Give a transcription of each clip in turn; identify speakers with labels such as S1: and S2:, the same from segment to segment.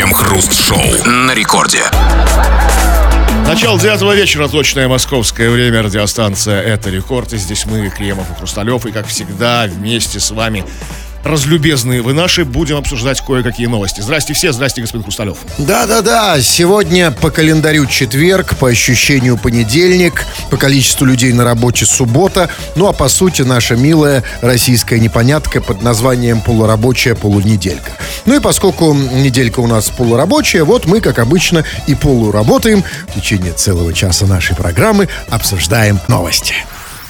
S1: Крем-хруст-шоу на рекорде.
S2: Начало девятого вечера, точное московское время, радиостанция «Это рекорд». И здесь мы, Кремов и Хрусталев, и, как всегда, вместе с вами, разлюбезные вы наши, будем обсуждать кое-какие новости. Здрасте все, здрасте, господин Хрусталев.
S3: Да-да-да, сегодня по календарю четверг, по ощущению понедельник, по количеству людей на работе суббота, ну а по сути наша милая российская непонятка под названием полурабочая полунеделька. Ну и поскольку неделька у нас полурабочая, вот мы, как обычно, и полуработаем в течение целого часа нашей программы, обсуждаем новости.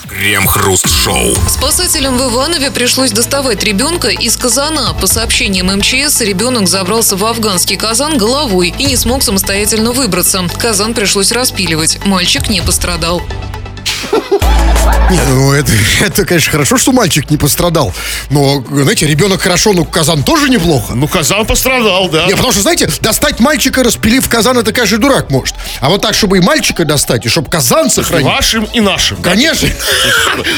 S1: Крем-хруст-шоу.
S4: Спасателям в Иванове пришлось доставать ребенка из казана. По сообщениям МЧС, ребенок забрался в афганский казан головой и не смог самостоятельно выбраться. Казан пришлось распиливать. Мальчик не пострадал.
S3: Не, ну это, это, конечно, хорошо, что мальчик не пострадал. Но, знаете, ребенок хорошо, но казан тоже неплохо.
S2: Ну, Казан пострадал, да.
S3: Не, потому что, знаете, достать мальчика, распилив казан, это каждый дурак может. А вот так, чтобы и мальчика достать, и чтобы казан
S2: И
S3: сохранить.
S2: Вашим и нашим.
S3: Конечно.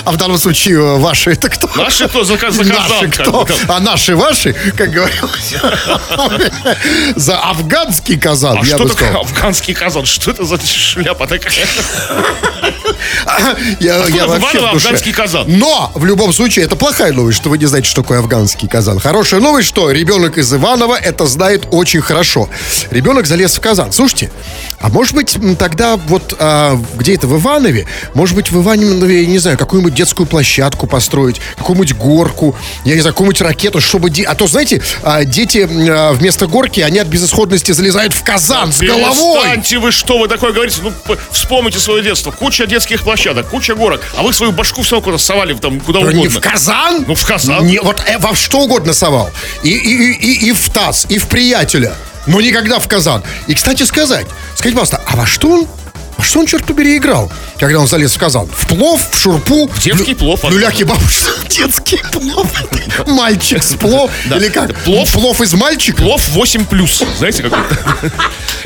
S3: А в данном случае э, ваши это кто?
S2: Наши кто за, за
S3: Наши
S2: Казан? как
S3: кто?
S2: бы, как-
S3: А наши ваши, как говорилось. За афганский казан,
S2: А
S3: я
S2: что
S3: бы
S2: такое
S3: сказал.
S2: афганский казан? Что это за шляпа такая?
S3: Я,
S2: Откуда
S3: я
S2: в
S3: вообще
S2: Иваново
S3: в душе.
S2: афганский казан?
S3: Но, в любом случае, это плохая новость, что вы не знаете, что такое афганский казан. Хорошая новость, что ребенок из Иванова это знает очень хорошо. Ребенок залез в казан. Слушайте, а может быть, м, тогда вот а, где это, в Иванове? Может быть, в Иванове, я не знаю, какую-нибудь детскую площадку построить, какую-нибудь горку, я не знаю, какую-нибудь ракету, чтобы... де- А то, знаете, а, дети м, а, вместо горки, они от безысходности залезают в казан с головой.
S2: Перестаньте вы, что вы такое говорите? Ну, п- вспомните свое детство. Куча детских площадок, куча горок. А вы свою башку все равно куда совали там куда
S3: Да
S2: угодно.
S3: Не в казан?
S2: Ну, в казан.
S3: Не, вот э, во что угодно совал. И, и, и, и- и в таз, и в приятеля. Но никогда в казан. И, кстати, сказать, скажите, пожалуйста, а во что он, во что он, черт побери, играл, когда он залез в казан? В плов, в шурпу? В
S2: детский плов, а
S3: Ну, ляхи бабушки. Детский плов. Мальчик с плов. Или как?
S2: Плов.
S3: Плов из мальчика?
S2: Плов 8 плюс. Знаете, как это?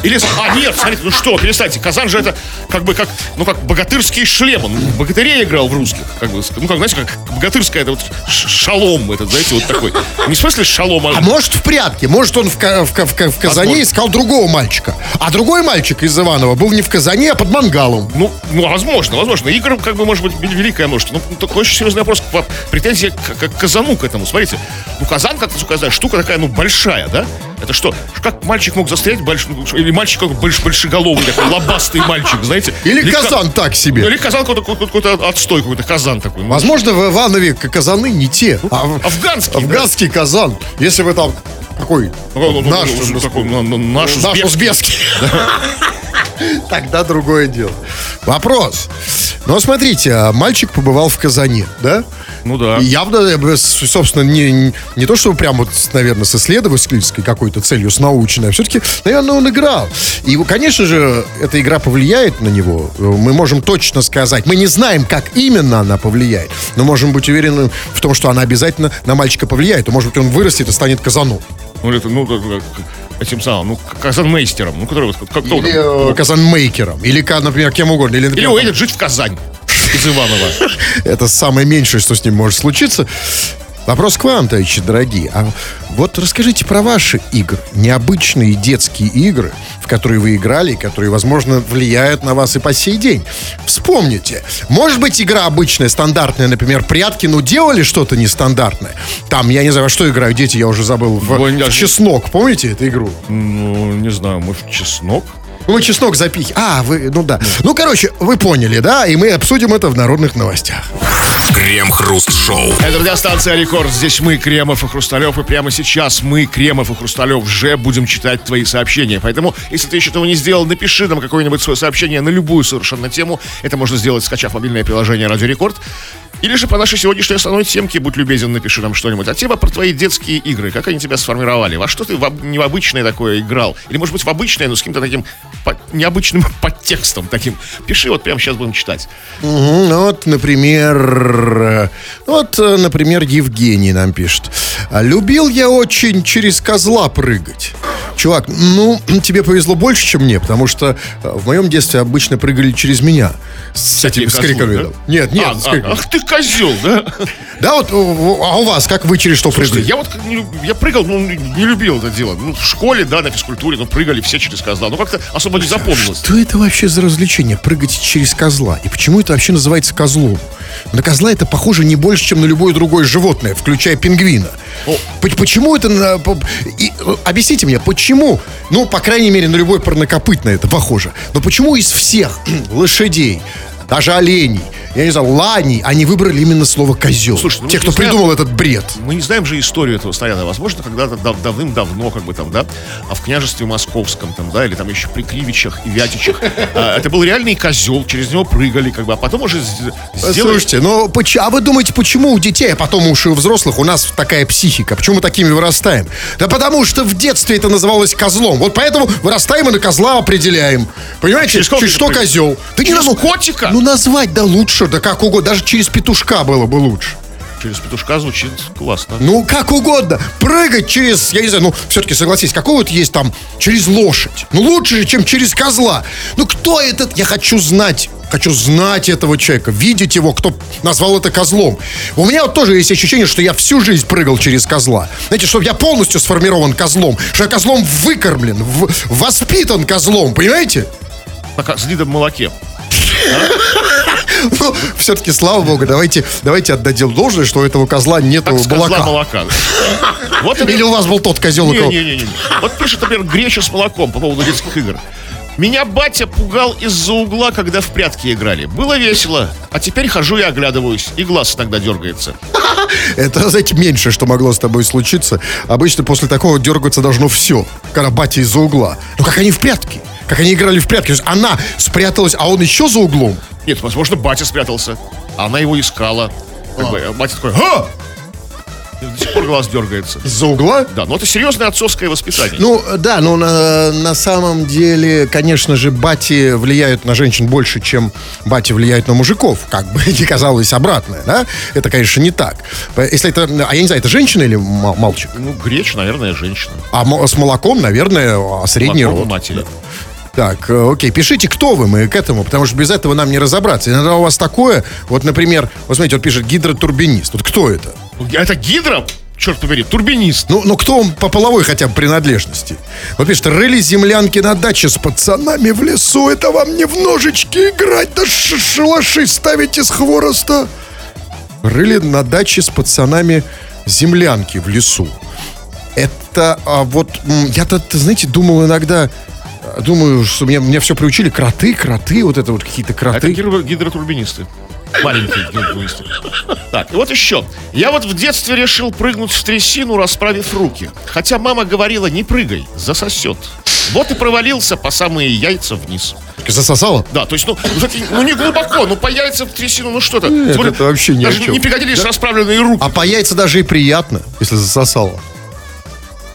S2: Или, а нет, смотрите, ну что, перестаньте, Казан же это как бы как, ну как богатырский шлем, он богатырей играл в русских, как бы, ну как, знаете, как богатырская, это вот ш- шалом этот, знаете, вот такой. Не в смысле шалом,
S3: А
S2: а
S3: может, в прятке. Может, он в, ка- в ка- в ка- в Казане
S2: Подбор.
S3: искал другого мальчика. А другой мальчик из Иванова был не в Казане, а под мангалом.
S2: Ну, ну, возможно, возможно. Игр, как бы, может быть, вел- великое множество. Но ну, такой очень серьезный вопрос. П- Претензия к, к- к казану к этому. Смотрите, ну, казан, как насколько я знаю, штука такая, ну, большая, да? Это что? Как мальчик мог застрять больш... ну, Или мальчик как больш... большеголовый, такой лобастый мальчик, знаете?
S3: Или
S2: ка-
S3: казан так себе.
S2: Ну, Или казан какой-то, какой-то- какой-то отстой, какой-то казан такой. Ну,
S3: Возможно, в Иванове к- казаны не те. а
S2: афганский, да.
S3: Афганский казан. Если бы там какой
S2: ну, ну, ну,
S3: наш,
S2: ну,
S3: узбек-
S2: такой, ну, ну, наш
S3: наш
S2: узбек.
S3: узбекский. Тогда другое дело. Вопрос. Ну, смотрите, а, мальчик побывал в Казани, да?
S2: Ну да.
S3: И явно, э, б- с- собственно, не, не- не то, что прям вот, с, наверное, с исследовательской какой-то целью, с научной, а все-таки, наверное, он играл. И, его, конечно же, эта игра повлияет на него. Э, Мы можем точно сказать. Мы не знаем, как именно она повлияет, но можем быть уверены в том, что она обязательно на мальчика повлияет. И, может быть, он вырастет и станет казаном.
S2: Ну, это, ну, да, да, этим самым, ну, казан-мейстером, ну, который вот, как- как кто там?
S3: Или э, казанмейкером. Или, ка- например, кем угодно. Или,
S2: Или
S3: например,
S2: уедет жить в Казань из Иванова.
S3: Это самое меньшее, что с ним может случиться. Вопрос к вам, товарищи дорогие. А вот расскажите про ваши игры. Необычные детские игры, в которые вы играли, и которые, возможно, влияют на вас и по сей день. Вспомните. Может быть, игра обычная, стандартная, например, прятки, но делали что-то нестандартное. Там, я не знаю, во что играют дети, я уже забыл. В,
S2: Ой,
S3: в
S2: я-
S3: чеснок, помните эту игру?
S2: Ну, не знаю, может, чеснок?
S3: Ну, вы чеснок запихи. А, вы, ну да. Ну, короче, вы поняли, да? И мы обсудим это в народных новостях.
S1: Крем-хруст-шоу.
S2: Это радиостанция «Рекорд». Здесь мы, Кремов и Хрусталев. И прямо сейчас мы, Кремов и Хрусталев, уже будем читать твои сообщения. Поэтому, если ты еще этого не сделал, напиши нам какое-нибудь свое сообщение на любую совершенно тему. Это можно сделать, скачав мобильное приложение «Радио Рекорд». Или же по нашей сегодняшней основной темке, будь любезен, напиши нам что-нибудь. А тема про твои детские игры. Как они тебя сформировали? Во что ты в об- не в обычное такое играл? Или, может быть, в обычное, но с каким-то таким по- необычным подтекстом таким. Пиши, вот прямо сейчас будем читать.
S3: Мгм, ну Вот, например, э, вот, э, например, Евгений нам пишет. «А Любил я очень через козла прыгать. Чувак, ну, тебе повезло больше, чем мне, потому что э, в моем детстве обычно прыгали через меня. С этими с
S2: козлы,
S3: криками.
S2: да?
S3: Нет, нет,
S2: А,
S3: с
S2: а,
S3: криками.
S2: ах ты козел, да?
S3: Да, вот, у- у- а у вас, как вы через что
S2: Слушайте,
S3: прыгали?
S2: я вот как не люб- я прыгал, ну, не любил это дело. Ну, в школе, да, на физкультуре, ну, прыгали все через козла. Ну, как-то особо не запомнилось.
S3: Что это вообще за развлечение? Прыгать через козла. И почему это вообще называется козлом? На козла это похоже не больше, чем на любое другое животное, включая пингвина.
S2: О.
S3: П- Почему это... на- по- и, э, объясните мне, почему, ну, по крайней мере, на любой парнокопытное это похоже, но почему из всех лошадей, даже оленей, я не знаю, ланей, они выбрали именно слово козел?
S2: Слушай, ну,
S3: Те,
S2: не
S3: кто
S2: знаю.
S3: придумал этот бред.
S2: Мы не знаем же историю этого снаряда. Возможно, когда-то дав- давным-давно, как бы там, да, а в княжестве московском, там, да, или там еще при Кривичах и Вятичах, а, это был реальный козел, через него прыгали, как бы, а потом уже с- сделали...
S3: Э, Слушайте, но поч- а вы думаете, почему у детей, а потом уж и у взрослых у нас такая психика? Почему мы такими вырастаем? Да потому что в детстве это называлось козлом. Вот поэтому вырастаем и на козла определяем. Понимаете,
S2: Через
S3: через,
S2: кого ты
S3: что
S2: прыг-
S3: козел? Да
S2: Через
S3: надо-
S2: котика?
S3: Ну назвать да лучше, да как угодно. Даже через петушка было бы лучше.
S2: Через петушка звучит классно.
S3: Ну, как угодно. Прыгать через, я не знаю, ну, все-таки согласись, какого вот есть там через лошадь? Ну, лучше же, чем через козла. Ну, кто этот? Я хочу знать. Хочу знать этого человека, видеть его, кто назвал это козлом. У меня вот тоже есть ощущение, что я всю жизнь прыгал через козла. Знаете, чтобы я полностью сформирован козлом, что я козлом выкормлен, в- воспитан козлом, понимаете?
S2: Пока с Лидом в молоке.
S3: Ну, все-таки, слава богу, давайте, давайте отдадим должное, что у этого козла нет
S2: Как с козла
S3: молока.
S2: молока. Вот
S3: Или у вас был тот козел, у кого...
S2: Не-не-не. Вот пишет, например, Греча с молоком по поводу детских игр. Меня батя пугал из-за угла, когда в прятки играли. Было весело, а теперь хожу и оглядываюсь, и глаз иногда дергается.
S3: Это, знаете, меньше, что могло с тобой случиться. Обычно после такого дергаться должно все. Когда батя из-за угла. Ну как они в прятки? Как они играли в прятки? То есть она спряталась, а он еще за углом.
S2: Нет, возможно, батя спрятался, а она его искала. Как бы, а батя такой, «Ха!» И до сих пор глаз дергается.
S3: Из-за угла?
S2: Да, но это серьезное отцовское воспитание.
S3: Ну, да, но на, на самом деле, конечно же, бати влияют на женщин больше, чем бати влияют на мужиков. Как бы ни казалось обратное, да? Это, конечно, не так. Если это, а я не знаю, это женщина или ма- мальчик?
S2: Ну, Греч, наверное, женщина.
S3: А мо- с молоком, наверное, а средний
S2: Молоком у
S3: род.
S2: матери.
S3: Так, э, окей, пишите, кто вы, мы к этому, потому что без этого нам не разобраться. Иногда у вас такое, вот, например, вот смотрите, вот пишет гидротурбинист. Вот кто это?
S2: Это гидра, черт побери, турбинист.
S3: Ну, ну кто он по половой хотя бы принадлежности? Вот пишет, рыли землянки на даче с пацанами в лесу, это вам не в ножички играть, да ш- шалаши ставить из хвороста. Рыли на даче с пацанами землянки в лесу. Это а, вот, м, я-то, ты знаете, думал иногда, э, думаю, что меня, меня все приучили, кроты, кроты, вот это вот какие-то
S2: А
S3: кроты.
S2: Это гидро- гидротурбинисты. Маленькие гидротурбинисты. Так, и вот еще. Я вот в детстве решил прыгнуть в трясину, расправив руки. Хотя мама говорила, не прыгай, засосет. Вот и провалился по самые яйца вниз.
S3: Засосало?
S2: Да, то есть, ну, все-таки, ну не глубоко, ну по яйцам в трясину, ну что-то.
S3: Нет, это вообще ни о
S2: даже
S3: чем.
S2: не пригодились расправленные руки.
S3: А по яйца даже и приятно, если засосало.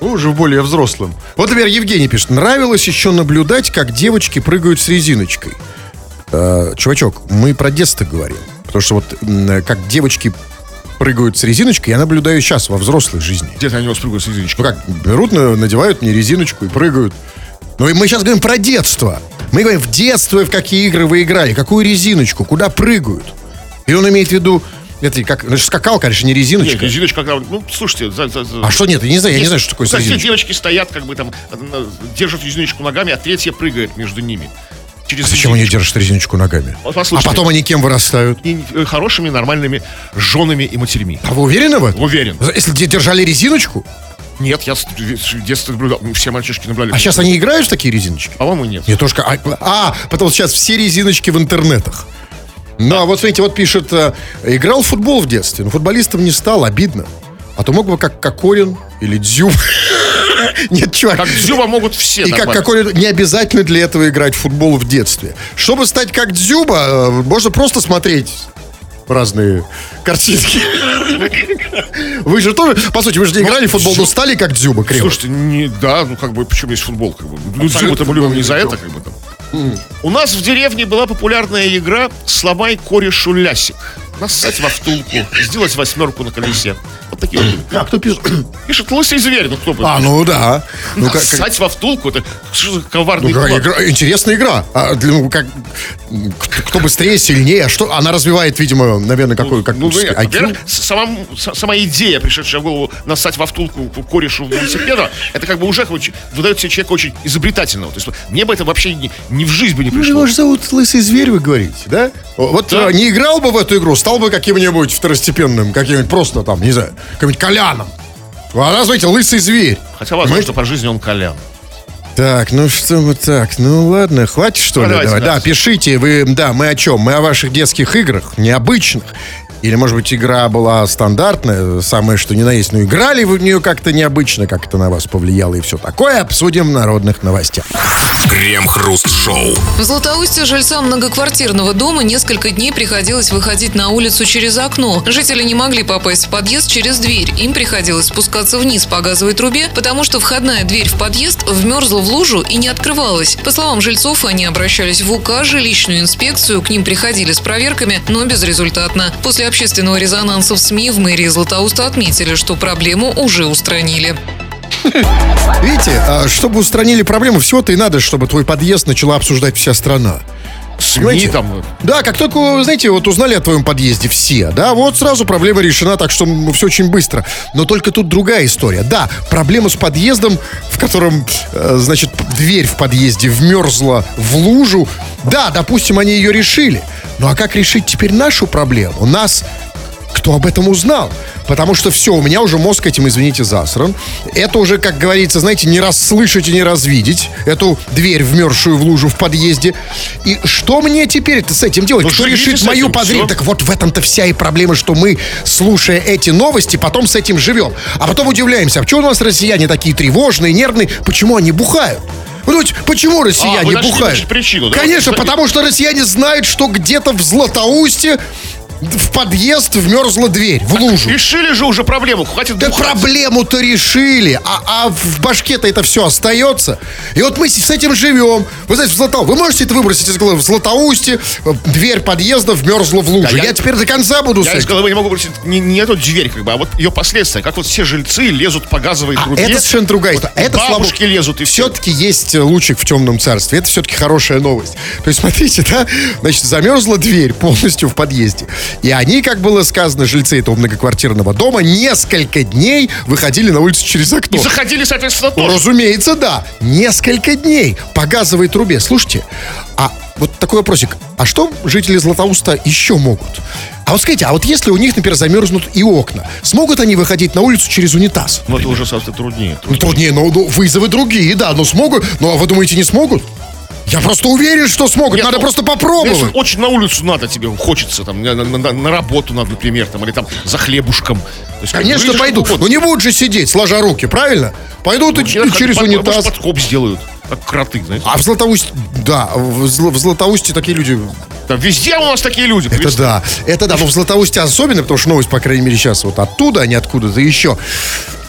S3: Ну, уже более взрослым. Вот, например, Евгений пишет. Нравилось еще наблюдать, как девочки прыгают с резиночкой. Э, чувачок, мы про детство говорим. Потому что вот м, как девочки прыгают с резиночкой, я наблюдаю сейчас во взрослой жизни.
S2: Где-то они у вас прыгают с резиночкой.
S3: Ну как, берут, на- надевают мне резиночку и прыгают. Ну и мы сейчас говорим про детство. Мы говорим в детстве, в какие игры вы играли, какую резиночку, куда прыгают. И он имеет в виду, это как, ну, скакалка, конечно, не
S2: Нет,
S3: резиночка.
S2: резиночка, когда... Ну, слушайте, за- за- за-
S3: А что нет, я не знаю, я не
S2: Есть-
S3: знаю, что такое
S2: ну, как
S3: резиночка.
S2: Все девочки стоят, как бы там, э, э, держат резиночку ногами, а третья прыгает между ними. Через
S3: Зачем А они
S2: резиночку.
S3: держат резиночку ногами?
S2: Вот
S3: А
S2: послушайте.
S3: потом они кем вырастают?
S2: и э, хорошими, нормальными женами и матерями.
S3: А вы уверены в этом?
S2: Уверен.
S3: Если де- держали резиночку,
S2: Нет, я с с детства наблюдал. Ну, Все мальчишки наблюдали.
S3: а сейчас они играют в такие резиночки?
S2: По-моему, нет.
S3: Я тоже... ка- А, а, потому что сейчас все резиночки в интернетах. Ну, а вот смотрите, вот пишет, э, играл в футбол в детстве, но футболистом не стал, обидно. А то мог бы как Кокорин или Дзюб. Нет, чувак.
S2: Как Дзюба могут все.
S3: И как
S2: нормально.
S3: Кокорин, не обязательно для этого играть в футбол в детстве. Чтобы стать как Дзюба, э, можно просто смотреть разные картинки. Вы же тоже, по сути, вы же не играли в футбол, но стали как Дзюба криво.
S2: Слушайте, не, да, ну как бы, почему есть футбол, как бы. Ну, Дзюбу-то мы любим не за это, как бы там. У нас в деревне была популярная игра «Сломай корешу лясик». нассать во втулку, сделать восьмерку на колесе. Вот такие вот.
S3: А кто пишет?
S2: Пишет лысый зверь, ну кто бы.
S3: А, ну да. Ну, как- как-
S2: Нассать во втулку, это что за
S3: ну,
S2: коварный
S3: игра-
S2: план?
S3: игра- интересная игра. А, для- ну, как, м, кто, кто быстрее, сильнее. а Что, она развивает, видимо, наверное, какой как
S2: Ну,
S3: тут
S2: нет,
S3: IQ.
S2: во-первых, с- сама, с- сама идея, пришедшая в голову, нассать во втулку к корешу велосипеда, это как бы уже очень- выдает себе человека очень изобретательного. То есть вот мне бы это вообще ни, ни в жизнь бы не
S3: Ну,
S2: пришло.
S3: Его же зовут Лысый Зверь, вы говорите, да? Вот
S2: Да.
S3: э, не играл бы в эту игру, стал бы каким-нибудь второстепенным, каким-нибудь просто там, не знаю, каким-нибудь Коляном. А разве Лысый Зверь?
S2: Хотя, возможно,
S3: Понимаете?
S2: по жизни он колян.
S3: Так, ну что мы так, ну ладно, хватит что
S2: Ну,
S3: ли?
S2: давайте,
S3: Давай. Да,
S2: давайте.
S3: пишите, вы, да, мы о чем? Мы о ваших детских играх, необычных. Или, может быть, игра была стандартная, самое что ни на есть, но играли вы в нее как-то необычно, как это на вас повлияло и все такое, обсудим в народных новостях.
S1: Крем-хруст-шоу.
S4: В Златоусте жильцам многоквартирного дома несколько дней приходилось выходить на улицу через окно. Жители не могли попасть в подъезд через дверь. Им приходилось спускаться вниз по газовой трубе, потому что входная дверь в подъезд вмерзла в лужу и не открывалась. По словам жильцов, они обращались в УК, жилищную инспекцию, к ним приходили с проверками, но безрезультатно. После общественного резонанса в СМИ в мэрии Златоуста отметили, что проблему уже устранили.
S3: Видите, а, чтобы устранили проблему, всего-то и надо, чтобы твой подъезд начала обсуждать вся страна.
S2: СМИ
S3: Понимаете?
S2: там.
S3: Да, как только, знаете, вот узнали о твоем подъезде все, да, вот сразу проблема решена, так что все очень быстро. Но только тут другая история. Да, проблема с подъездом, в котором, э, значит, дверь в подъезде вмерзла в лужу. Да, допустим, они ее решили. Ну а как решить теперь нашу проблему? Нас кто об этом узнал? Потому что все, у меня уже мозг этим, извините, засран. Это уже, как говорится, знаете, не расслышать и не развидеть. Эту дверь, вмерзшую в лужу в подъезде. И что мне теперь это с этим делать?
S2: Ну,
S3: Кто
S2: живите
S3: решит
S2: с
S3: мою
S2: этим,
S3: подрезку?
S2: всё.
S3: Так вот в этом-то вся и проблема, что мы, слушая эти новости, потом с этим живем. А потом удивляемся, а почему у нас россияне такие тревожные, нервные? Почему они бухают? Ну, вот почему
S2: А,
S3: россияне
S2: вы нашли,
S3: бухают?
S2: значит, причину, да?
S3: Конечно,
S2: Вот, кстати,
S3: потому Потому что россияне знают, что где-то в Златоусте в подъезд вмерзла дверь, в лужу.
S2: Решили же уже проблему, хватит
S3: Да
S2: бухать.
S3: проблему-то решили, а, а в башке-то это все остается. И вот мы с с этим живем. Вы знаете, в Златоу... Вы можете это выбросить из головы? В Златоусте э, дверь подъезда вмерзла в лужу.
S2: Да,
S3: я,
S2: я-
S3: теперь до конца буду с
S2: Я из
S3: этим.
S2: головы не могу бросить не, не эту дверь, как бы, а вот ее последствия. Как вот все жильцы лезут по газовой
S3: А
S2: трубе.
S3: это совершенно другая
S2: Вот
S3: история. это
S2: бабушки
S3: слабо-
S2: лезут и все.
S3: Все-таки есть лучик в темном царстве. Это все-таки хорошая новость. То есть, смотрите, да, значит, замерзла дверь полностью в подъезде. И они, как было сказано, жильцы этого многоквартирного дома несколько дней выходили на улицу через окно.
S2: И заходили, соответственно,
S3: Ну,
S2: тоже.
S3: Разумеется, да. Несколько дней по газовой трубе. Слушайте, а вот такой вопросик. А что жители Златоуста еще могут? А вот скажите, а вот если у них, например, замерзнут и окна, смогут они выходить на улицу через унитаз?
S2: Ну, это уже, собственно, труднее.
S3: Ну, труднее, но ну, вызовы другие, да, но смогут. Ну, а вы думаете, не смогут? Я просто уверен, что смогут.
S2: Нет,
S3: Надо
S2: ну,
S3: просто
S2: Если
S3: попробовать.
S2: очень на улицу надо тебе, хочется, там, на, на- на- на работу надо, например, там, или там за хлебушком. То есть, как бы,
S3: Конечно,
S2: видишь,
S3: пойдут.
S2: вот,
S3: Но не будут же сидеть, сложа руки, правильно? Пойдут и,
S2: ну,
S3: ч-
S2: я
S3: и
S2: как-
S3: через
S2: под-
S3: унитаз.
S2: Может, подкоп сделают, как кроты, знаете.
S3: А в Златоусте, да, в, Зла- в Златоусте такие люди.
S2: Там везде у нас такие люди.
S3: Это да, это да, но в Златоусте особенно, потому что новость, по крайней мере, сейчас вот оттуда, а не откуда-то еще.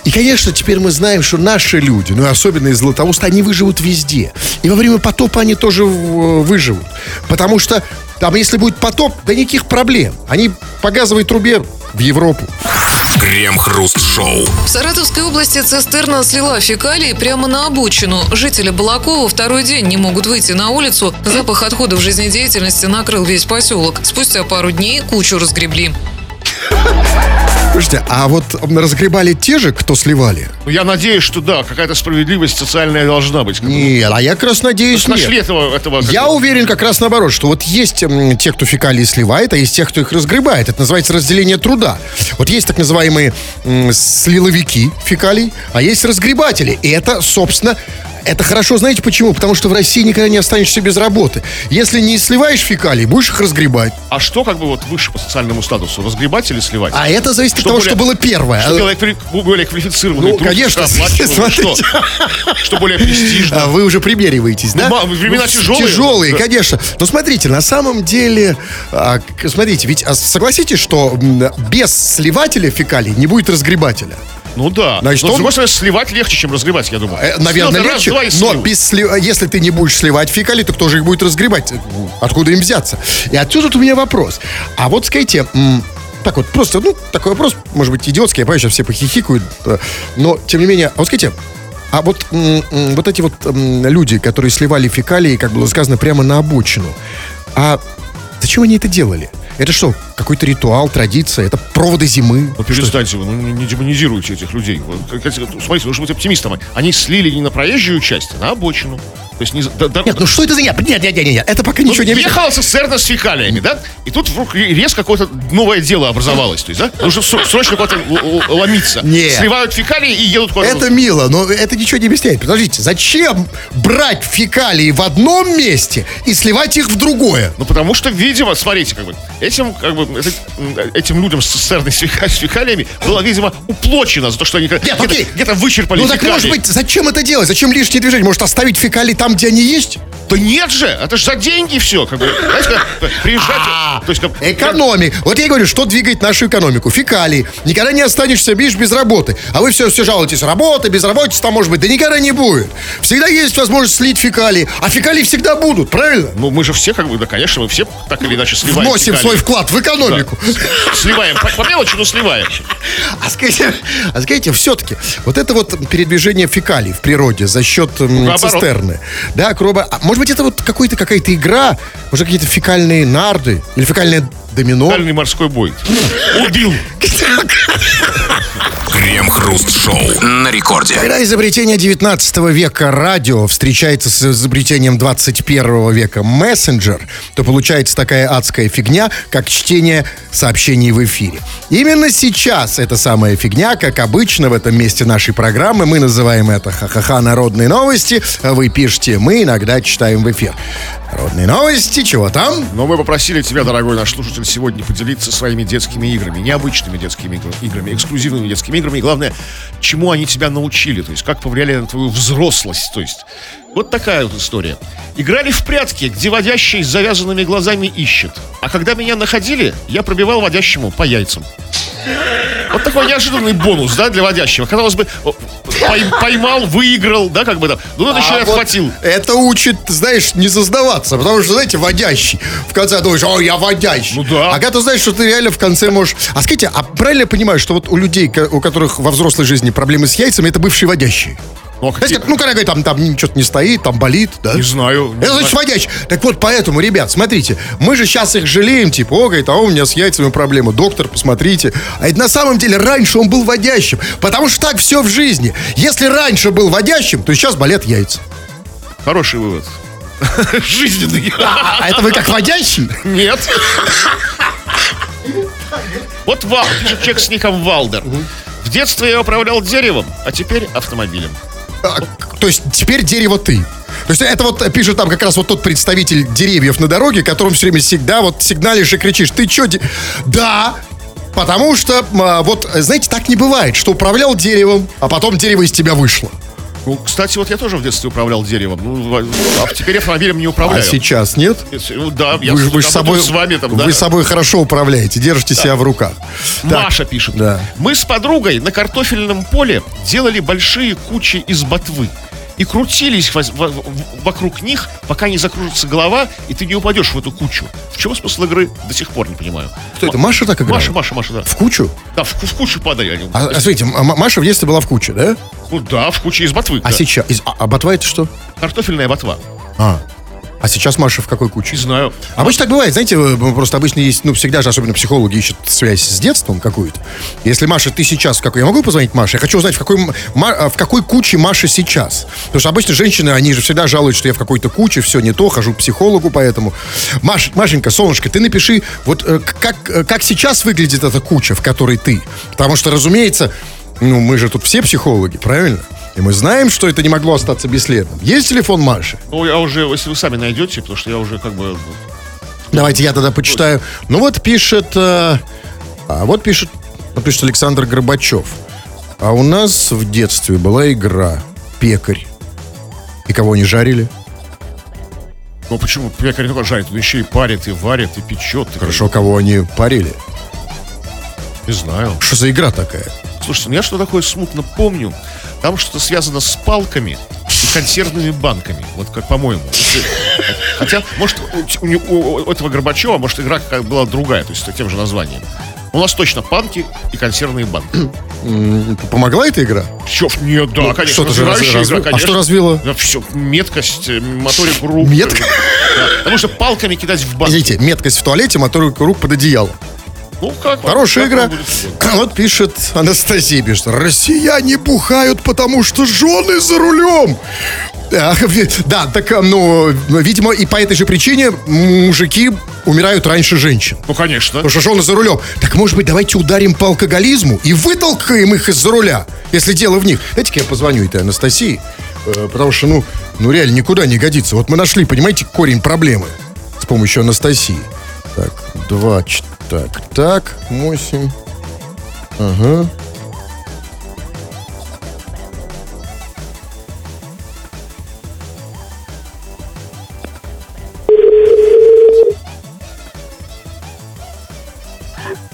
S3: И, конечно, теперь мы знаем, что наши люди, ну и особенно из Златоуста, они выживут везде. И во время потопа они тоже э, выживут. Потому что там, если будет потоп, да никаких проблем. Они по газовой трубе в Европу.
S1: Крем-хруст-шоу.
S4: В Саратовской области цистерна слила фекалии прямо на обочину. Жители Балакова второй день не могут выйти на улицу. Запах отходов жизнедеятельности накрыл весь поселок. Спустя пару дней кучу разгребли.
S3: Слушайте, а вот м, разгребали те же, кто сливали?
S2: Ну, Я надеюсь, что да, какая-то справедливость социальная должна быть. как бы.
S3: Нет, а я как раз надеюсь, нет.
S2: Нашли этого, этого А как
S3: Я
S2: бы,
S3: уверен как раз наоборот, что вот есть м, те, кто фекалии сливает, а есть те, кто их разгребает. Это называется разделение труда. Вот есть так называемые м, слиловики фекалий, а есть разгребатели. И это, собственно, это хорошо, знаете почему? Потому что в России никогда не останешься без работы. Если не сливаешь фекалии, будешь их разгребать.
S2: А что как бы вот выше по социальному статусу? Разгребать или сливать?
S3: А это зависит
S2: Что
S3: от того,
S2: более-
S3: что было первое.
S2: Что более, квали- более квалифицированный
S3: Ну,
S2: труд,
S3: конечно,
S2: что оплачиваемый, что,
S3: смотрите.
S2: что более престижно.
S3: А Вы уже примериваетесь, да?
S2: ба- времена тяжелые.
S3: Тяжелые,
S2: Да.
S3: конечно. Но смотрите, на самом деле, а, к- смотрите, ведь а, согласитесь, что м, без сливателя фекалий не будет разгребателя.
S2: Ну да.
S3: Значит,
S2: Но,
S3: он-
S2: с другой стороны, сливать легче, чем разгребать, я думаю.
S3: Э, Наверное,
S2: Слил ты раз,
S3: легче,
S2: два и
S3: но
S2: слил.
S3: без сли- если ты не будешь сливать фекалии, то кто же их будет разгребать? Откуда им взяться? И отсюда вот у меня вопрос. А вот скажите, м, так вот, просто, ну, такой вопрос, может быть, идиотский, я понимаю, сейчас все похихикают, э, но, тем не менее, а вот скажите, а вот, м, м, вот эти вот м, люди, которые сливали фекалии, как было сказано, прямо на обочину, а зачем они это делали? Это что, какой-то ритуал, традиция? Это проводы зимы?
S2: Ну, перестаньте вы, ну, не не демонизируйте этих людей. Вот, как- как- Смотрите, нужно быть оптимистом. Они слили не на проезжую часть, а на обочину. То есть не... за- да- да-
S3: Нет, ну что это за... Нет, нет, нет, нет, нет, это пока
S2: Ну,
S3: ничего не объясняет.
S2: Ехал СССР с фекалиями, да? И тут вдруг резко какое-то новое дело образовалось. То есть, да? Нужно сро- срочно куда-то л- л- ломиться.
S3: Нет.
S2: Сливают фекалии и едут куда-то.
S3: Это мило, но это ничего не объясняет. Подождите, зачем брать фекалии в одном месте и сливать их в другое?
S2: Ну, потому что, видимо, смотрите, как бы, этим, как бы, эти- м, этим людям с СССР с фека- с фекалиями было, видимо, уплочено за то, что они как-
S3: Нет,
S2: где-то,
S3: окей.
S2: где-то вычерпали
S3: Ну так
S2: фекалии.
S3: может быть, зачем это делать? Зачем лишнее движение? Может оставить фекалии там, где они есть?
S2: Да нет же, это же за деньги все. Как бы, знаете, как приезжать...
S3: А,
S2: то есть, как-
S3: э, Экономи. Вот я и говорю, что двигает нашу экономику? Фекалии. Никогда не останешься, видишь, без работы. А вы все, все жалуетесь. Работа, безработица там может быть. Да никогда не будет. Всегда есть возможность слить фекалии. А фекалии всегда будут, правильно?
S2: Ну, мы же все, как бы, да, конечно, мы все так или иначе сливаем
S3: Вносим
S2: фекалии.
S3: свой вклад в экономику.
S2: Сливаем. По, по мелочи, но сливаем.
S3: А скажите, а скажите, все-таки, вот это вот передвижение фекалий в природе за счет м,
S2: Кругооборот.
S3: цистерны, да, круба, может быть, это вот какой-то, какая-то игра, может, какие-то фекальные нарды или фекальное домино?
S2: Фекальный морской бой. Убил.
S1: Крем-хруст-шоу на рекорде.
S3: Когда изобретение 19 века радио встречается с изобретением 21 века мессенджер, то получается такая адская фигня, как чтение сообщений в эфире. Именно сейчас эта самая фигня, как обычно в этом месте нашей программы, мы называем это ха-ха-ха народные новости, а вы пишете, мы иногда читаем в эфир. Народные новости, чего там?
S2: Но мы попросили тебя, дорогой наш слушатель, сегодня поделиться своими детскими играми, необычными детскими игр- играми, эксклюзивными детскими играми. И главное, чему они тебя научили, то есть как повлияли на твою взрослость. То есть вот такая вот история. Играли в прятки, где водящий с завязанными глазами ищет. А когда меня находили, я пробивал водящему по яйцам. Вот такой неожиданный бонус, да, для водящего. Казалось бы, о, пой- поймал, выиграл, да, как бы там. Ну, он еще и
S3: А вот
S2: отхватил.
S3: Это учит, знаешь, не заздаваться, потому что, знаете, водящий. В конце думаешь, о, я водящий.
S2: Ну да.
S3: А когда ты знаешь, что ты реально в конце можешь... А скажите, а правильно я понимаю, что вот у людей, ко- у которых во взрослой жизни проблемы с яйцами, это бывшие водящие?
S2: Ну, а
S3: Знаете,
S2: какие-
S3: как, ну, когда говорит, там, там что-то не стоит, там болит, да?
S2: Не знаю, не
S3: это значит
S2: знаю.
S3: водящий. Так вот, поэтому, ребят, смотрите, мы же сейчас их жалеем, типа, о, говорит, а у меня с яйцами проблема, доктор, посмотрите. А это на самом деле раньше он был водящим, потому что так все в жизни. Если раньше был водящим, то сейчас болят яйца.
S2: Хороший вывод. Жизненный.
S3: А это вы как водящий?
S2: Нет. Вот Вал, пишет человек с ником Валдер. В детстве я управлял деревом, а теперь автомобилем.
S3: А, к- То есть теперь дерево ты. То есть это вот э, пишет там как раз вот тот представитель деревьев на дороге, которому все время всегда вот сигналишь и кричишь, ты чё? де-?» Да, потому что м, а, вот, э, знаете, так не бывает, что управлял деревом, а потом дерево из тебя вышло.
S2: Ну, кстати, вот я тоже в детстве управлял деревом. Ну, во- а теперь автомобилем не
S3: А
S2: управляю.
S3: сейчас нет?
S2: Ну, да, я
S3: Вы, же- вы же
S2: работаю
S3: собой,
S2: с вами там, да.
S3: вы собой хорошо управляете, держите себя в руках. Так,
S2: Маша пишет.
S3: Да.
S2: Мы с подругой на картофельном поле делали большие кучи из ботвы. И крутились воз- во- в- вокруг них, пока не закружится голова, и ты не упадешь в эту кучу. В чем смысл игры, до сих пор не понимаю.
S3: Кто это, Маша так играла?
S2: Маша, Маша, Маша, да.
S3: В кучу?
S2: Да, в, в кучу падали они.
S3: А, а смотрите, М- М- Маша в детстве была в куче, да?
S2: Ну да, в куче из ботвы.
S3: А
S2: да.
S3: сейчас... из- а- а ботва это что?
S2: Картофельная ботва.
S3: А. А сейчас Маша в какой куче?
S2: Не знаю.
S3: Обычно так бывает, знаете, э, просто обычно есть, ну, всегда же, особенно психологи ищут связь с детством какую-то. Если, Маша, ты сейчас в какой... Я могу позвонить Маше? Я хочу узнать, в какой, м- ма- а, в какой куче Маша сейчас. Потому что обычно женщины, они же всегда жалуются, что я в какой-то куче, все не то, хожу к психологу, поэтому... Маш, Машенька, солнышко, ты напиши, вот э, к- как, э, как сейчас выглядит эта куча, в которой ты. Потому что, разумеется, ну, мы же тут все психологи, правильно? И мы знаем, что это не могло остаться бесследным. Есть телефон Маши?
S2: Ну, я уже, если вы сами найдете, потому что я уже как бы...
S3: Давайте я тогда почитаю. Ну вот пишет, э, а вот пишет, вот пишет Александр Горбачев. А у нас в детстве была игра пекарь. И кого они жарили?
S2: Ну, почему? Пекарь не только жарит, он еще и парит, и варит, и печет. и-
S3: Хорошо, кого они парили?
S2: Не знаю.
S3: Что за игра такая?
S2: Слушайте, ну я что такое смутно помню. Там что-то связано с палками и консервными банками. Вот как, по-моему. Если- Хотя, может, у, у- у этого Горбачева, может, игра какая-то была другая, то есть с тем же названием. У нас точно панки и консервные банки.
S3: М, Помогла эта игра?
S2: Чёф, нет, да, конечно.
S3: Ну, что-то же
S2: развивающая
S3: раз-
S2: игра,
S3: разви- а
S2: конечно.
S3: что развило?
S2: Да, все, меткость, э, моторику рук.
S3: Метко-
S2: Да, потому что палками кидать в банк.
S3: Извините, меткость в туалете, мотор рук под одеяло.
S2: Ну, как вам-
S3: Хорошая
S2: как вам
S3: игра.
S2: будет угодно.
S3: Вот пишет Анастасия, пишет, россияне бухают, потому что жены за рулем. Ах, ви- Да, так, а, ну, видимо, и по этой же причине мужики умирают раньше женщин.
S2: Ну, конечно.
S3: Потому что жены за рулем. Так, может быть, давайте ударим по алкоголизму и вытолкаем их из-за руля, если дело в них. Знаете, я позвоню этой Анастасии, э, потому что, ну, ну, реально никуда не годится. Вот мы нашли, понимаете, корень проблемы с помощью Анастасии. Так, два, ч- так, так, восемь. Ага.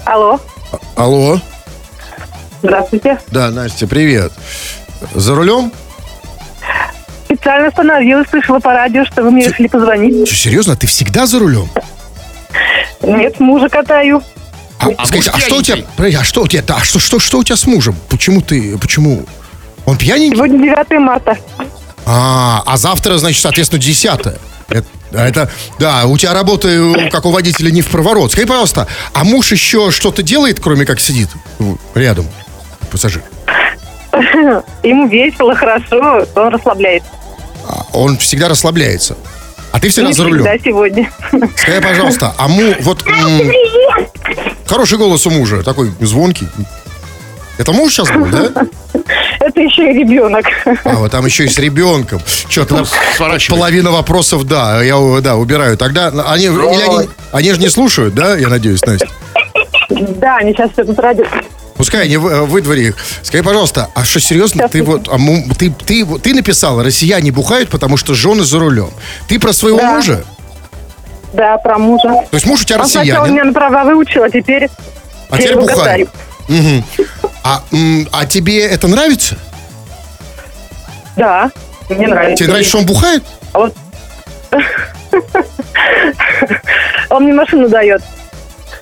S5: Алло,
S3: Алло.
S5: здравствуйте.
S3: Да, Настя, привет. За рулем?
S5: Специально остановилась, слышала по радио, что вы мне решили позвонить.
S3: Что, серьезно, ты всегда за рулем?
S5: Нет, мужа катаю.
S3: А,
S2: А
S3: скажите,
S2: муж
S3: а что у тебя?
S2: пьяненький.
S3: Подожди, А что у тебя? да, А что, что, что у тебя с мужем? Почему ты? Почему? Он пьяненький?
S5: Сегодня 9 марта.
S3: А, а завтра, значит, соответственно, 10 это, это- да, у тебя работа, э, как у водителя, не в проворот. Скажи, пожалуйста, а муж еще что-то делает, кроме как сидит э, рядом, пассажир?
S5: Ему весело, хорошо, он расслабляется.
S3: А Он всегда расслабляется. А ты всегда
S5: Не
S3: за рулем.
S5: всегда сегодня.
S3: Скажи, пожалуйста, а му, вот... м, хороший голос у мужа, такой звонкий. Это муж сейчас был, да?
S5: Это еще и ребенок.
S3: А, вот там еще и с ребенком. Че, там
S2: Ну, Сворачивай.
S3: половина вопросов, да, я э, да, убираю. Тогда они, или они, они же не слушают, да, я надеюсь, Настя?
S5: Да, они сейчас все тут радио.
S3: Пускай они вы- э, выдвори их. Скажи, пожалуйста, а что серьезно? Ты вот, а му- ты, ты, вот- ты написала, россияне бухают, потому что жены за рулем. Ты про своего
S5: Да.
S3: мужа?
S5: Да, про мужа.
S3: То есть муж у тебя
S5: Он сначала
S3: россиянин,
S5: меня на права выучил, а теперь...
S3: а теперь
S5: его
S3: бухает.
S5: катаю.
S3: Мгм. А, м, а тебе это нравится?
S5: Да, мне нравится.
S3: Тебе нравится, что он бухает?
S5: А вот- Он мне машину дает.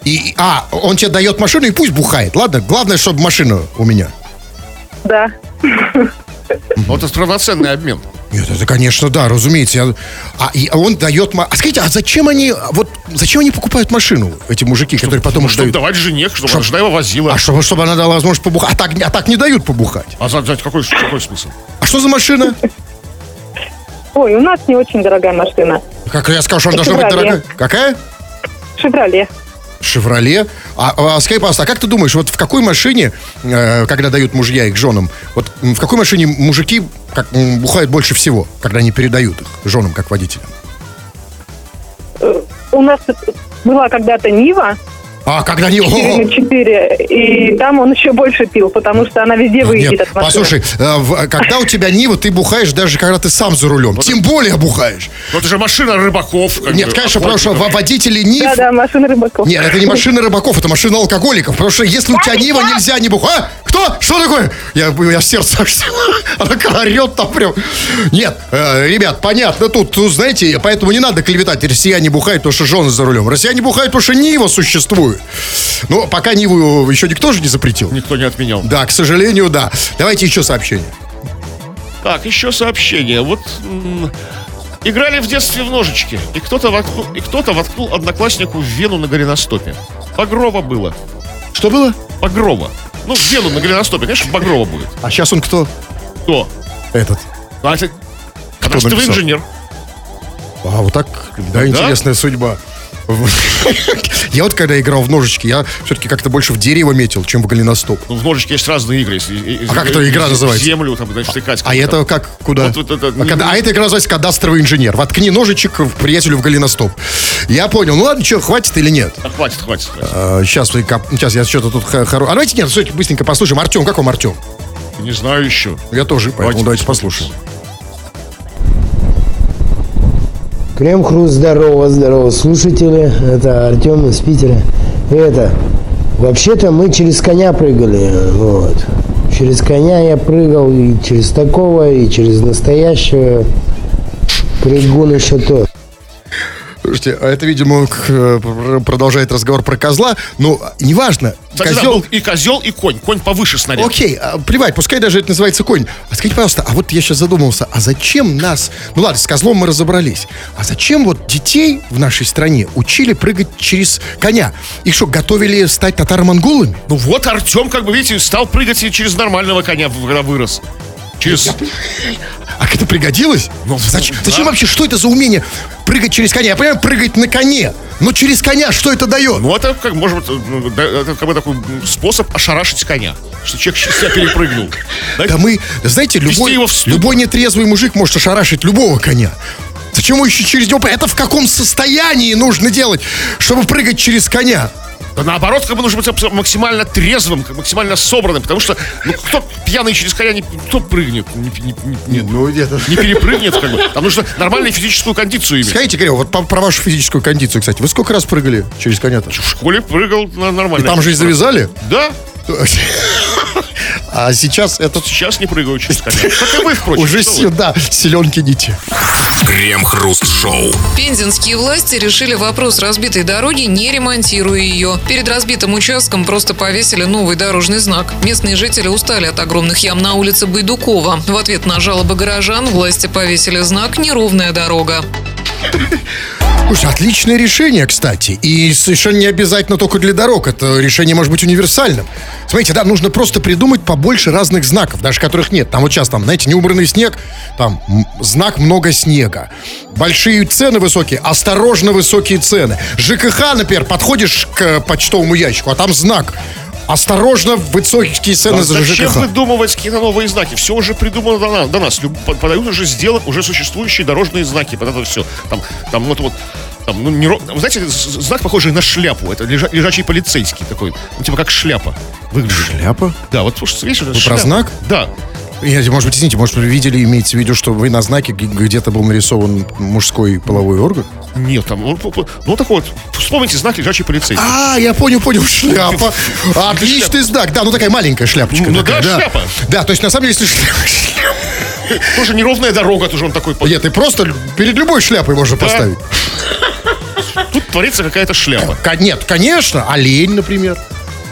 S3: И, и- а, он тебе дает машину и пусть бухает. Ладно, главное, чтобы машина у меня.
S5: Да.
S2: Вот это равноценный обмен.
S3: Нет, это, конечно, да, разумеется. я- А и он дает... ма- А скажите, а зачем они... а Вот зачем они покупают машину, эти мужики, которые потом
S2: Чтобы
S3: ждают?
S2: давать жене, чтобы она жена его возила.
S3: А чтобы, чтобы она дала возможность побухать. А так, а так не дают побухать.
S2: А за, за- какой, какой смысл?
S3: А что за машина?
S5: Ой, у нас не очень дорогая машина.
S3: Как я скажу, что она должна быть
S5: «Шевроле».
S3: дорогая. Какая?
S5: Шевроле.
S3: Шевроле. А, а, скажи, пожалуйста, а как ты думаешь, вот в какой машине, э, когда дают мужья их женам, вот м, в какой машине мужики как, м, бухают больше всего, когда они передают их женам, как водителям?
S5: Э, У нас тут была когда-то Нива,
S3: А, когда они... О,
S5: 4 на 4, и там он еще больше пил, потому что она везде выйдет
S3: Нет,
S5: от машины.
S3: послушай, э, в- когда у тебя Нива, ты бухаешь даже когда ты сам за рулем. Тем более бухаешь.
S2: Ну, это же машина рыбаков. как
S3: Нет,
S2: бы,
S3: конечно, потому что
S2: охотников.
S3: во- водители Нив...
S5: Да-да, машина рыбаков.
S3: Нет, это не машина рыбаков, это машина алкоголиков. Потому что если у тебя Нива, нельзя не бухать. А? Кто? Что такое? Я, я сердце аж сел. Она как орет там прям. Нет, э, ребят, понятно. Тут, тут, знаете, поэтому не надо клеветать. Россияне бухают, потому что жены за рулем. Россияне бухают, потому что Нива существует. Но пока Ниву еще никто же не запретил.
S2: Никто не отменял.
S3: Да, к сожалению, да. Давайте еще сообщение.
S2: Так, еще сообщение. Вот м, играли в детстве в ножички, и кто-то воткнул, и кто-то воткнул однокласснику в вену на голеностопе. Багрова было.
S3: Что было?
S2: Багрова. Ну, в вену на голеностопе, конечно, Багрова будет.
S3: А сейчас он кто?
S2: Кто?
S3: Этот.
S2: А это- Потому что вы
S3: написал?
S2: инженер.
S3: А, вот так, да, интересная судьба. Я вот когда играл в ножички, я все-таки как-то больше в дерево метил, чем в голеностоп.
S2: Ну, в ножичке есть разные игры. если- и- и-
S3: А как эта игра
S2: и-
S3: называется?
S2: Землю, там, значит, тыкать.
S3: А это как? Куда?
S2: Вот- вот это-
S3: а, когда- а это игра называется «Кадастровый инженер». Воткни ножичек в приятелю в голеностоп. Я понял. Ну ладно, что, хватит или нет?
S2: А, хватит, хватит, хватит.
S3: Сейчас, сейчас я что-то тут хоро... А давайте нет, все-таки быстренько послушаем. Артем, как вам Артем?
S2: Не знаю еще.
S3: Я тоже, поэтому
S2: Давайте
S3: давайте послушаем.
S6: Крем Хруст, здорово, здорово, слушатели. Это Артем из Питера. И это, Вообще-то мы через коня прыгали, вот. Через коня я прыгал и через такого, и через настоящего. Прыгун еще тот.
S3: Слушайте, а это, видимо, к- э, пр- продолжает разговор про козла. Ну, неважно.
S2: Кстати, да,
S3: козел...
S2: был и козел, и конь. Конь повыше снаряд.
S3: Окей, а, плевать, пускай даже это называется конь. А скажите, пожалуйста, а вот я сейчас задумался, а зачем нас... Ну ладно, с козлом мы разобрались. А зачем вот детей в нашей стране учили прыгать через коня? Их что, готовили стать татаро-монголами?
S2: Ну вот Артем, как бы, видите, стал прыгать и через нормального коня, когда вырос. Через...
S3: А это пригодилось?
S2: Ну,
S3: Зач-
S2: да.
S3: Зачем вообще, что это за умение прыгать через коня? Я понимаю, прыгать на коне, но через коня что это дает?
S2: Ну, это, как, может быть, ну, да, это как бы такой м, способ ошарашить коня. Что человек через себя перепрыгнул. Да?
S3: Да мы, знаете, любой,
S2: его в ступор.
S3: любой нетрезвый мужик может ошарашить любого коня. Зачем его еще через него? Это в каком состоянии нужно делать, чтобы прыгать через коня?
S2: Да наоборот, как бы нужно быть абсо- максимально трезвым, как максимально собранным, потому что, ну, кто пьяный через коня, не, кто прыгнет, не, не- не- не-
S3: Ну, где-то.
S2: не перепрыгнет, как бы. Там нужно нормальную физическую кондицию иметь.
S3: Скажите, Кирилл, вот по- про вашу физическую кондицию, кстати. Вы сколько раз прыгали через коня-то?
S2: В школе прыгал на-
S3: И
S2: нормально.
S3: там же и завязали?
S2: Да,
S3: А сейчас это
S2: сейчас не прыгаю через коня. Как и вы, впрочем.
S3: уже
S2: что вы.
S3: сюда, селенки не те.
S1: Крем-хруст-шоу.
S4: Пензенские власти решили вопрос разбитой дороги, не ремонтируя ее. Перед разбитым участком просто повесили новый дорожный знак. Местные жители устали от огромных ям на улице Байдукова. В ответ на жалобы горожан власти повесили знак «Неровная дорога».
S3: Слушай, отличное решение, кстати. И совершенно не обязательно только для дорог. Это решение может быть универсальным. Смотрите, да, нужно просто придумать побольше разных знаков, даже которых нет. Там вот сейчас, там, знаете, неубранный снег, там м, знак много снега. Большие цены высокие, осторожно высокие цены. ЖКХ, например, подходишь к э, почтовому ящику, а там знак. Осторожно, высокие цены
S2: А
S3: за
S2: Зачем
S3: ЖКХ.
S2: выдумывать какие-то новые знаки? Все уже придумано до нас. До нас. Люб- под- Подают уже сделок, уже существующие дорожные знаки. Под это все. Там, там вот, вот там, ну, не ро- Вы знаете, з- з- знак похожий на шляпу. Это лежа- лежачий полицейский такой. Ну, типа как шляпа. Выглядит.
S3: Шляпа?
S2: Да, вот слушай, видишь, это
S3: Вы про
S2: шляпа.
S3: знак?
S2: Да.
S3: Я, может быть, извините, может, вы видели, имеется в виду, что вы на знаке г- где-то был нарисован мужской половой орган?
S2: Нет, там, ну, п- п- ну такой вот, вспомните знак лежачий полицейский.
S3: А, я понял, понял, шляпа. Отличный знак. Да, ну такая маленькая шляпочка.
S2: Ну
S3: такая,
S2: да, шляпа.
S3: Да, то есть на самом деле, если шляпа... А!
S2: Тоже неровная дорога, тоже он такой. по-
S3: Нет, ты просто перед любой шляпой можно поставить.
S2: Тут творится какая-то шляпа.
S3: Ко- Нет, конечно, олень, например.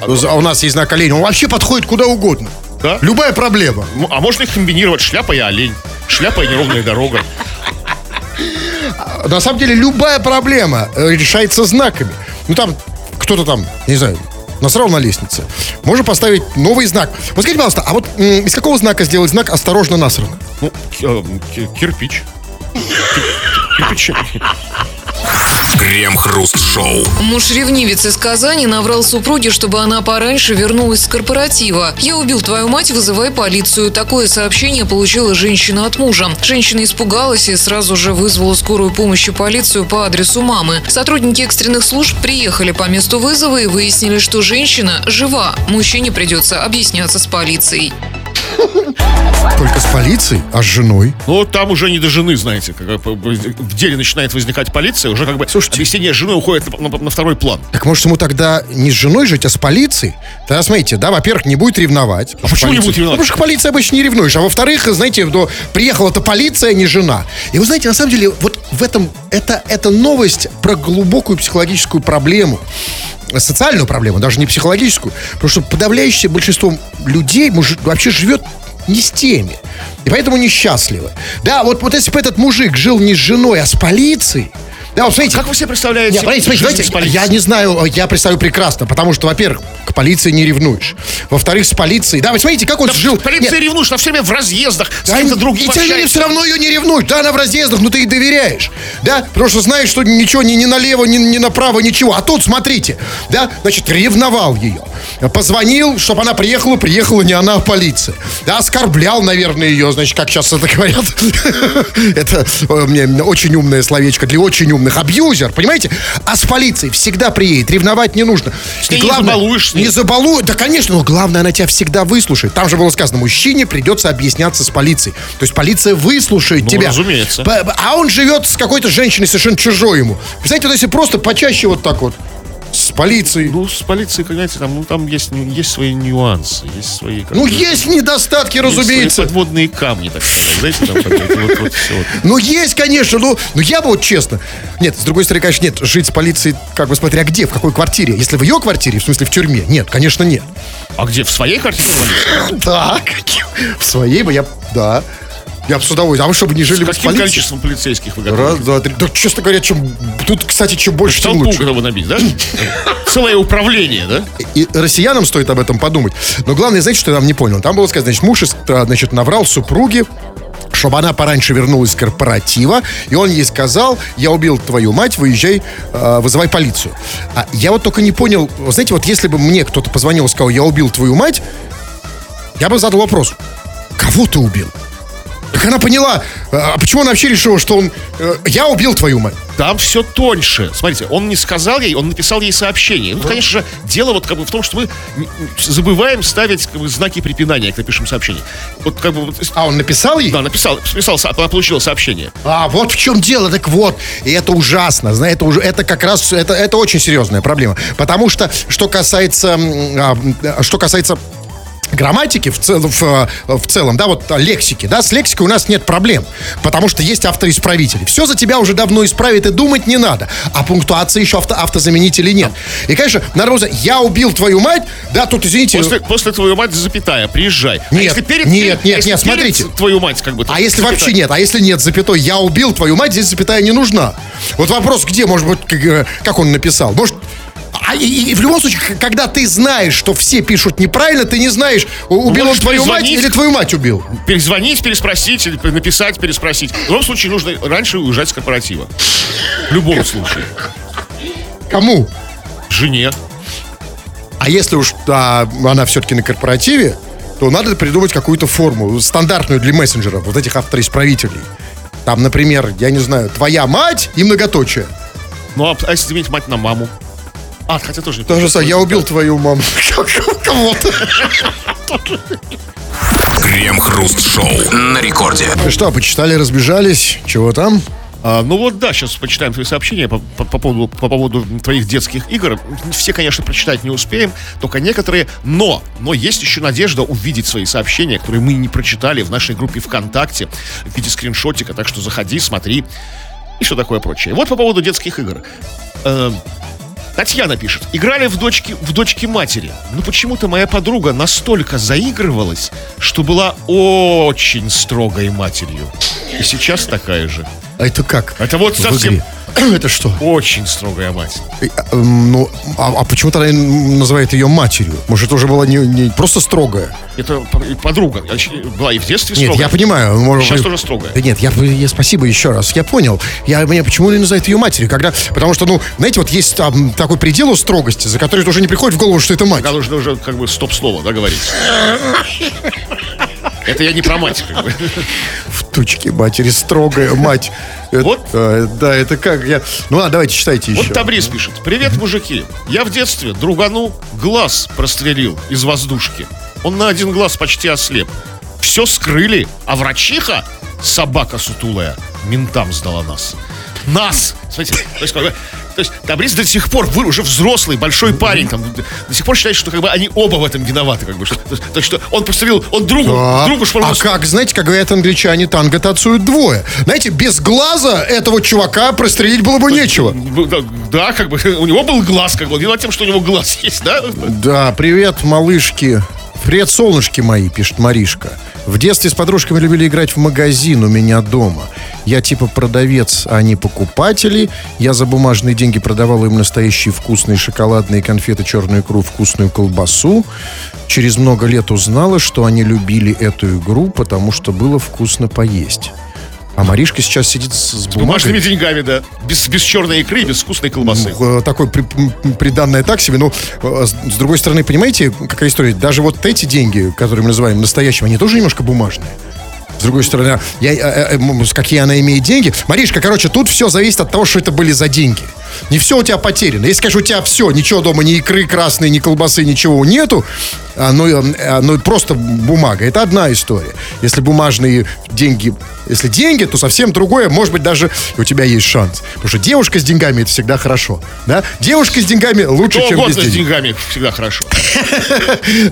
S3: Ну, за- А у нас есть знак олень. Он вообще подходит куда угодно.
S2: Да?
S3: Любая проблема.
S2: М- А можно их комбинировать шляпа и олень. Шляпа и неровная дорога.
S3: На самом деле, любая проблема э, решается знаками. Ну, там кто-то там, я не знаю, насрал на лестнице. Можно поставить новый знак. Вот скажите, пожалуйста, а вот м, из какого знака сделать знак «Осторожно, насрано»?
S2: Ну, к- эм, к- кирпич. Кирпич.
S1: Крем-хруст-шоу.
S4: Муж-ревнивец из Казани наврал супруге, чтобы она пораньше вернулась с корпоратива. «Я убил твою мать, вызывай полицию». Такое сообщение получила женщина от мужа. Женщина испугалась и сразу же вызвала скорую помощь и полицию по адресу мамы. Сотрудники экстренных служб приехали по месту вызова и выяснили, что женщина жива. Мужчине придется объясняться с полицией.
S3: Только с полицией, а с женой.
S2: Ну, там уже не до жены, знаете, как бы в деле начинает возникать полиция, уже как бы
S3: Слушайте.
S2: объяснение жены уходит на, на- на второй план.
S3: Так может ему тогда не с женой жить, а с полицией? Тогда смотрите, да, во-первых, не будет ревновать. А
S2: почему не будет ревновать?
S3: Потому что к полиции обычно не ревнуешь. А во-вторых, знаете, ну, приехала-то полиция, а не жена. И вы знаете, на самом деле, вот в этом, это, это новость про глубокую психологическую проблему социальную проблему, даже не психологическую, потому что подавляющее большинство людей мужи- вообще живет не с теми. И поэтому несчастливы. Да, вот, вот если бы этот мужик жил не с женой, а с полицией, да, вот смотрите,
S2: Как вы себе представляете?
S3: нет, подождите, подождите,
S2: жизнь с
S3: давайте,
S2: полицией?
S3: я не знаю, я представляю прекрасно, потому что, во-первых, к полиции не ревнуешь. Во-вторых, с полицией. Да, вы смотрите, как он
S2: Да
S3: жил.
S2: Полиция
S3: Нет,
S2: ревнуешь, она все время в разъездах, с
S3: да,
S2: кем-то
S3: и
S2: другим
S3: тем не менее,
S2: общается.
S3: все равно ее не ревнуешь. Да, она в разъездах, но ты ей доверяешь. Да, потому что знаешь, что ничего ни, ни налево, ни, ни направо, ничего. А тут, смотрите, да, значит, ревновал ее. Позвонил, чтобы она приехала, приехала не она, а полиция. Да, оскорблял, наверное, ее, значит, как сейчас это говорят. Это э, мне очень умное словечко для очень умных. Абьюзер, понимаете? А с полицией всегда приедет, ревновать не нужно.
S2: С ней не забалуешь, с ней.
S3: не забалую. Да, конечно, но главное, она тебя всегда выслушает. Там же было сказано, мужчине придется объясняться с полицией. То есть полиция выслушает
S2: Ну,
S3: тебя.
S2: разумеется.
S3: П- п- А он живет с какой-то женщиной совершенно чужой ему. Представляете, вот если просто почаще вот так вот с- полицией.
S2: Ну, с полицией, как знаете, там, ну, там есть, есть свои нюансы, есть свои... как
S3: Ну,
S2: бы,
S3: есть недостатки,
S2: есть
S3: разумеется.
S2: свои подводные камни, так сказать, знаете, там, какие-то вот, вот всё вот.
S3: Ну, есть, конечно, ну, ну я бы вот честно. Нет, с другой стороны, конечно, нет, жить с полицией, как бы смотря где, в какой квартире. Если в ее квартире, в смысле в тюрьме, нет, конечно, нет.
S2: А где, в своей квартире полиция?
S3: Да, в своей бы я, да. Я бы с удовольствием. А вы чтобы не жили
S2: С
S3: бы с
S2: каким
S3: полицией?
S2: количеством полицейских вы готовы?
S3: Раз, два, три. Да, честно говоря, чем... Тут, кстати, чем больше, тем
S2: Толпу
S3: лучше.
S2: готовы набить, да? Целое управление, да?
S3: И россиянам стоит об этом подумать. Но главное, знаете, что я там не понял? Там было сказано, значит, муж э, значит, наврал супруге, чтобы она пораньше вернулась с корпоратива, и он ей сказал, я убил твою мать, выезжай, э, вызывай полицию. А я вот только не понял, вот знаете, вот если бы мне кто-то позвонил и сказал, я убил твою мать, я бы задал вопрос, кого ты убил? Так она поняла, э, а почему она вообще решила, что он, э, я убил твою мать?
S2: Там все тоньше. Смотрите, он не сказал ей, он написал ей сообщение. Ну, конечно же, дело вот как бы в том, что мы м, м, забываем ставить как бы, знаки препинания, когда пишем сообщение. Вот как бы... вот,
S3: А он написал ей?
S2: Да, написал, написал, со- она получила сообщение.
S3: А, вот в чем дело, так вот. И это ужасно, знаете, это, уже, это как раз, это, это очень серьезная проблема. Потому что, что касается, м, а, м, а, что касается грамматики в, цел- в, э, в целом, да, вот а, лексики, да, с лексикой у нас нет проблем, потому что есть автоисправители. Все за тебя уже давно исправит, и думать не надо. А пунктуации еще авто, автозаменителей нет. И, конечно, нарвоза, я убил твою мать, да, тут, извините...
S2: После, после твою мать запятая, приезжай. А
S3: Нет,
S2: если перед-
S3: нет,
S2: перед-
S3: нет,
S2: если
S3: нет,
S2: перед
S3: смотрите.
S2: Твою мать как бы...
S3: А если
S2: запятая.
S3: вообще нет, а если нет запятой, я убил твою мать, здесь запятая не нужна. Вот вопрос, где, может быть, как, э, как он написал? Может, а и, и- и в любом случае, к- когда ты знаешь, что все пишут неправильно, ты не знаешь, у- убил он
S2: Ну, можешь
S3: твою мать
S2: перезвонить.
S3: или твою мать убил.
S2: Перезвонить, переспросить, или написать, переспросить. В любом случае нужно раньше уезжать с корпоратива. В любом случае.
S3: Кому?
S2: Жене.
S3: А если уж а, она все-таки на корпоративе, то надо придумать какую-то форму, стандартную для мессенджеров, вот этих автоисправителей. Там, например, я не знаю, твоя мать и многоточие.
S2: Ну, а, а если заменить мать на маму? А, хотя тоже... не
S3: Даже
S2: получится.
S3: я убил твою маму. Кого-то.
S1: Крем-хруст шоу на рекорде.
S3: Ну что, почитали, разбежались? Чего там?
S2: А, ну вот да, сейчас почитаем твои сообщения по, по- по поводу, по поводу твоих детских игр. Все, конечно, прочитать не успеем, только некоторые. Но, но есть еще надежда увидеть свои сообщения, которые мы не прочитали в нашей группе ВКонтакте в виде скриншотика. Так что заходи, смотри и все такое прочее. Вот по поводу детских игр. Эм, Татьяна пишет. Играли в дочки, в дочки матери. Но почему-то моя подруга настолько заигрывалась, что была очень строгой матерью. И сейчас такая же.
S3: А это как?
S2: Это вот
S3: В
S2: совсем-
S3: игре? Это что?
S2: Очень строгая мать.
S3: Э, э, Ну, а, а почему тогда называют ее матерью? Может, это уже была не, не просто строгая?
S2: Это п- и подруга. Я ч- Была и в детстве
S3: Нет,
S2: строгая.
S3: я понимаю. может
S2: Сейчас
S3: быть-
S2: тоже строгая.
S3: Да нет, я, я- спасибо еще раз. Я понял. Я, меня почему не называют ее матерью? Когда, потому что, ну, знаете, вот есть там такой предел у строгости, за который уже не приходит в голову, что это мать.
S2: Когда нужно уже как бы стоп-слово, да, говорить. Это я не про мать, как бы.
S3: В тучке матери строгая мать. Э,
S2: Вот.
S3: э, Да, это как я... Ну ладно, давайте читайте еще.
S2: Вот Табрис пишет. Привет, мужики. Я в детстве другану глаз прострелил из воздушки. Он на один глаз почти ослеп. Все скрыли, а врачиха, собака сутулая, ментам сдала нас. Нас! Смотрите, то есть, как бы, то есть Табрис до сих пор, вы уже взрослый, большой парень, там, до сих пор считает, что как бы они оба в этом виноваты, как бы, что, то, есть- то есть, что он прострелил, он другу,
S3: Да.
S2: другу шпарнул.
S3: А как, знаете, как говорят англичане, танго танцуют двое. Знаете, без глаза этого чувака прострелить было бы нечего.
S2: Да, да, как бы, у него был глаз, как бы, он виноват тем, что у него глаз есть, да?
S3: Да, привет, малышки. Привет, солнышки мои, пишет Маришка. В детстве с подружками любили играть в магазин у меня дома. Я типа продавец, а не покупатели. Я за бумажные деньги продавал им настоящие вкусные шоколадные конфеты, черную икру, вкусную колбасу. Через много лет узнала, что они любили эту игру, потому что было вкусно поесть. А Маришка сейчас сидит с, с
S2: Бумажными
S3: бумажными
S2: Ну, деньгами, да. Без, без черной икры и без вкусной колбасы.
S3: э, такой при- м, приданное так себе. Но э, с с другой стороны, понимаете, какая история? Даже вот эти деньги, которые мы называем настоящими, они тоже немножко бумажные. С другой стороны, э, я, э, э, м, с какие она имеет деньги. Маришка, короче, тут все зависит от того, что это были за деньги. Не все у тебя потеряно. Если, конечно, у тебя все, ничего дома, ни икры красной, ни колбасы, ничего нету, а, ну, и, а, ну, и просто бумага. Это одна история. Если бумажные деньги, если деньги, то совсем другое. Может быть, даже у тебя есть шанс. Потому что девушка с деньгами это всегда хорошо. Да? Девушка с деньгами лучше,
S2: Что
S3: чем без
S2: угодно с
S3: денег.
S2: деньгами всегда хорошо.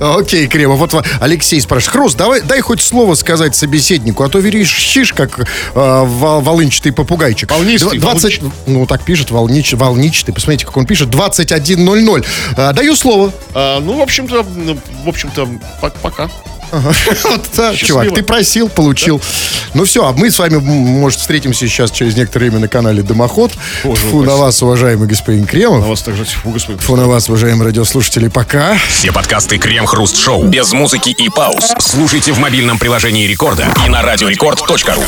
S3: Окей, Кремов. Вот ва- Алексей спрашивает. Хруст, давай, дай хоть слово сказать собеседнику, а то верещишь, как э, ва- волынчатый попугайчик.
S2: Волнистый,
S3: Дв- 20, Ну, так пишет, волнич, волничный. Посмотрите, как он пишет. 21.00. А, даю слово.
S2: А, ну, в общем-то, ну, в общем-то, пок- пока.
S3: Ага. Вот, да,
S2: Счастливо.
S3: чувак, ты просил, получил. Ну все, а мы с вами, м, может, встретимся сейчас через некоторое время на канале Дымоход.
S2: Боже
S3: Фу на
S2: упаси.
S3: вас, уважаемый господин Кремов.
S2: На вас также, фу, господи.
S3: Фу на вас, уважаемые радиослушатели, пока.
S1: Все подкасты Крем Хруст Шоу без музыки и пауз. Слушайте в мобильном приложении Рекорда и на радиорекорд.ру.